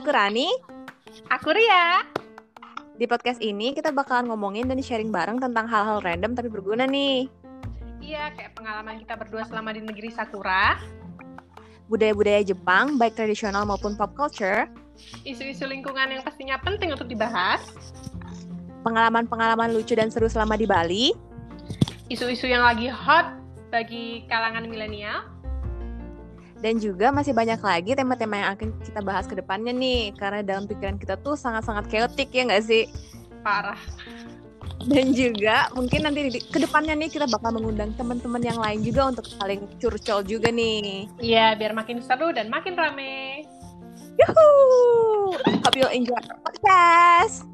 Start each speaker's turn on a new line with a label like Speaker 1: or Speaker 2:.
Speaker 1: Aku Rani.
Speaker 2: Aku Ria.
Speaker 1: Di podcast ini kita bakalan ngomongin dan sharing bareng tentang hal-hal random tapi berguna nih.
Speaker 2: Iya, kayak pengalaman kita berdua selama di negeri Sakura,
Speaker 1: Budaya-budaya Jepang, baik tradisional maupun pop culture,
Speaker 2: isu-isu lingkungan yang pastinya penting untuk dibahas,
Speaker 1: pengalaman-pengalaman lucu dan seru selama di Bali,
Speaker 2: isu-isu yang lagi hot bagi kalangan milenial.
Speaker 1: dan juga masih banyak lagi tema-tema yang akan kita bahas ke depannya nih. Karena dalam pikiran kita tuh sangat-sangat chaotic ya nggak sih?
Speaker 2: Parah.
Speaker 1: Dan juga mungkin nanti di, ke depannya nih kita bakal mengundang teman-teman yang lain juga untuk saling curcol juga nih.
Speaker 2: Iya, biar makin seru dan makin rame.
Speaker 1: Yuhuu! Hope you enjoy our podcast.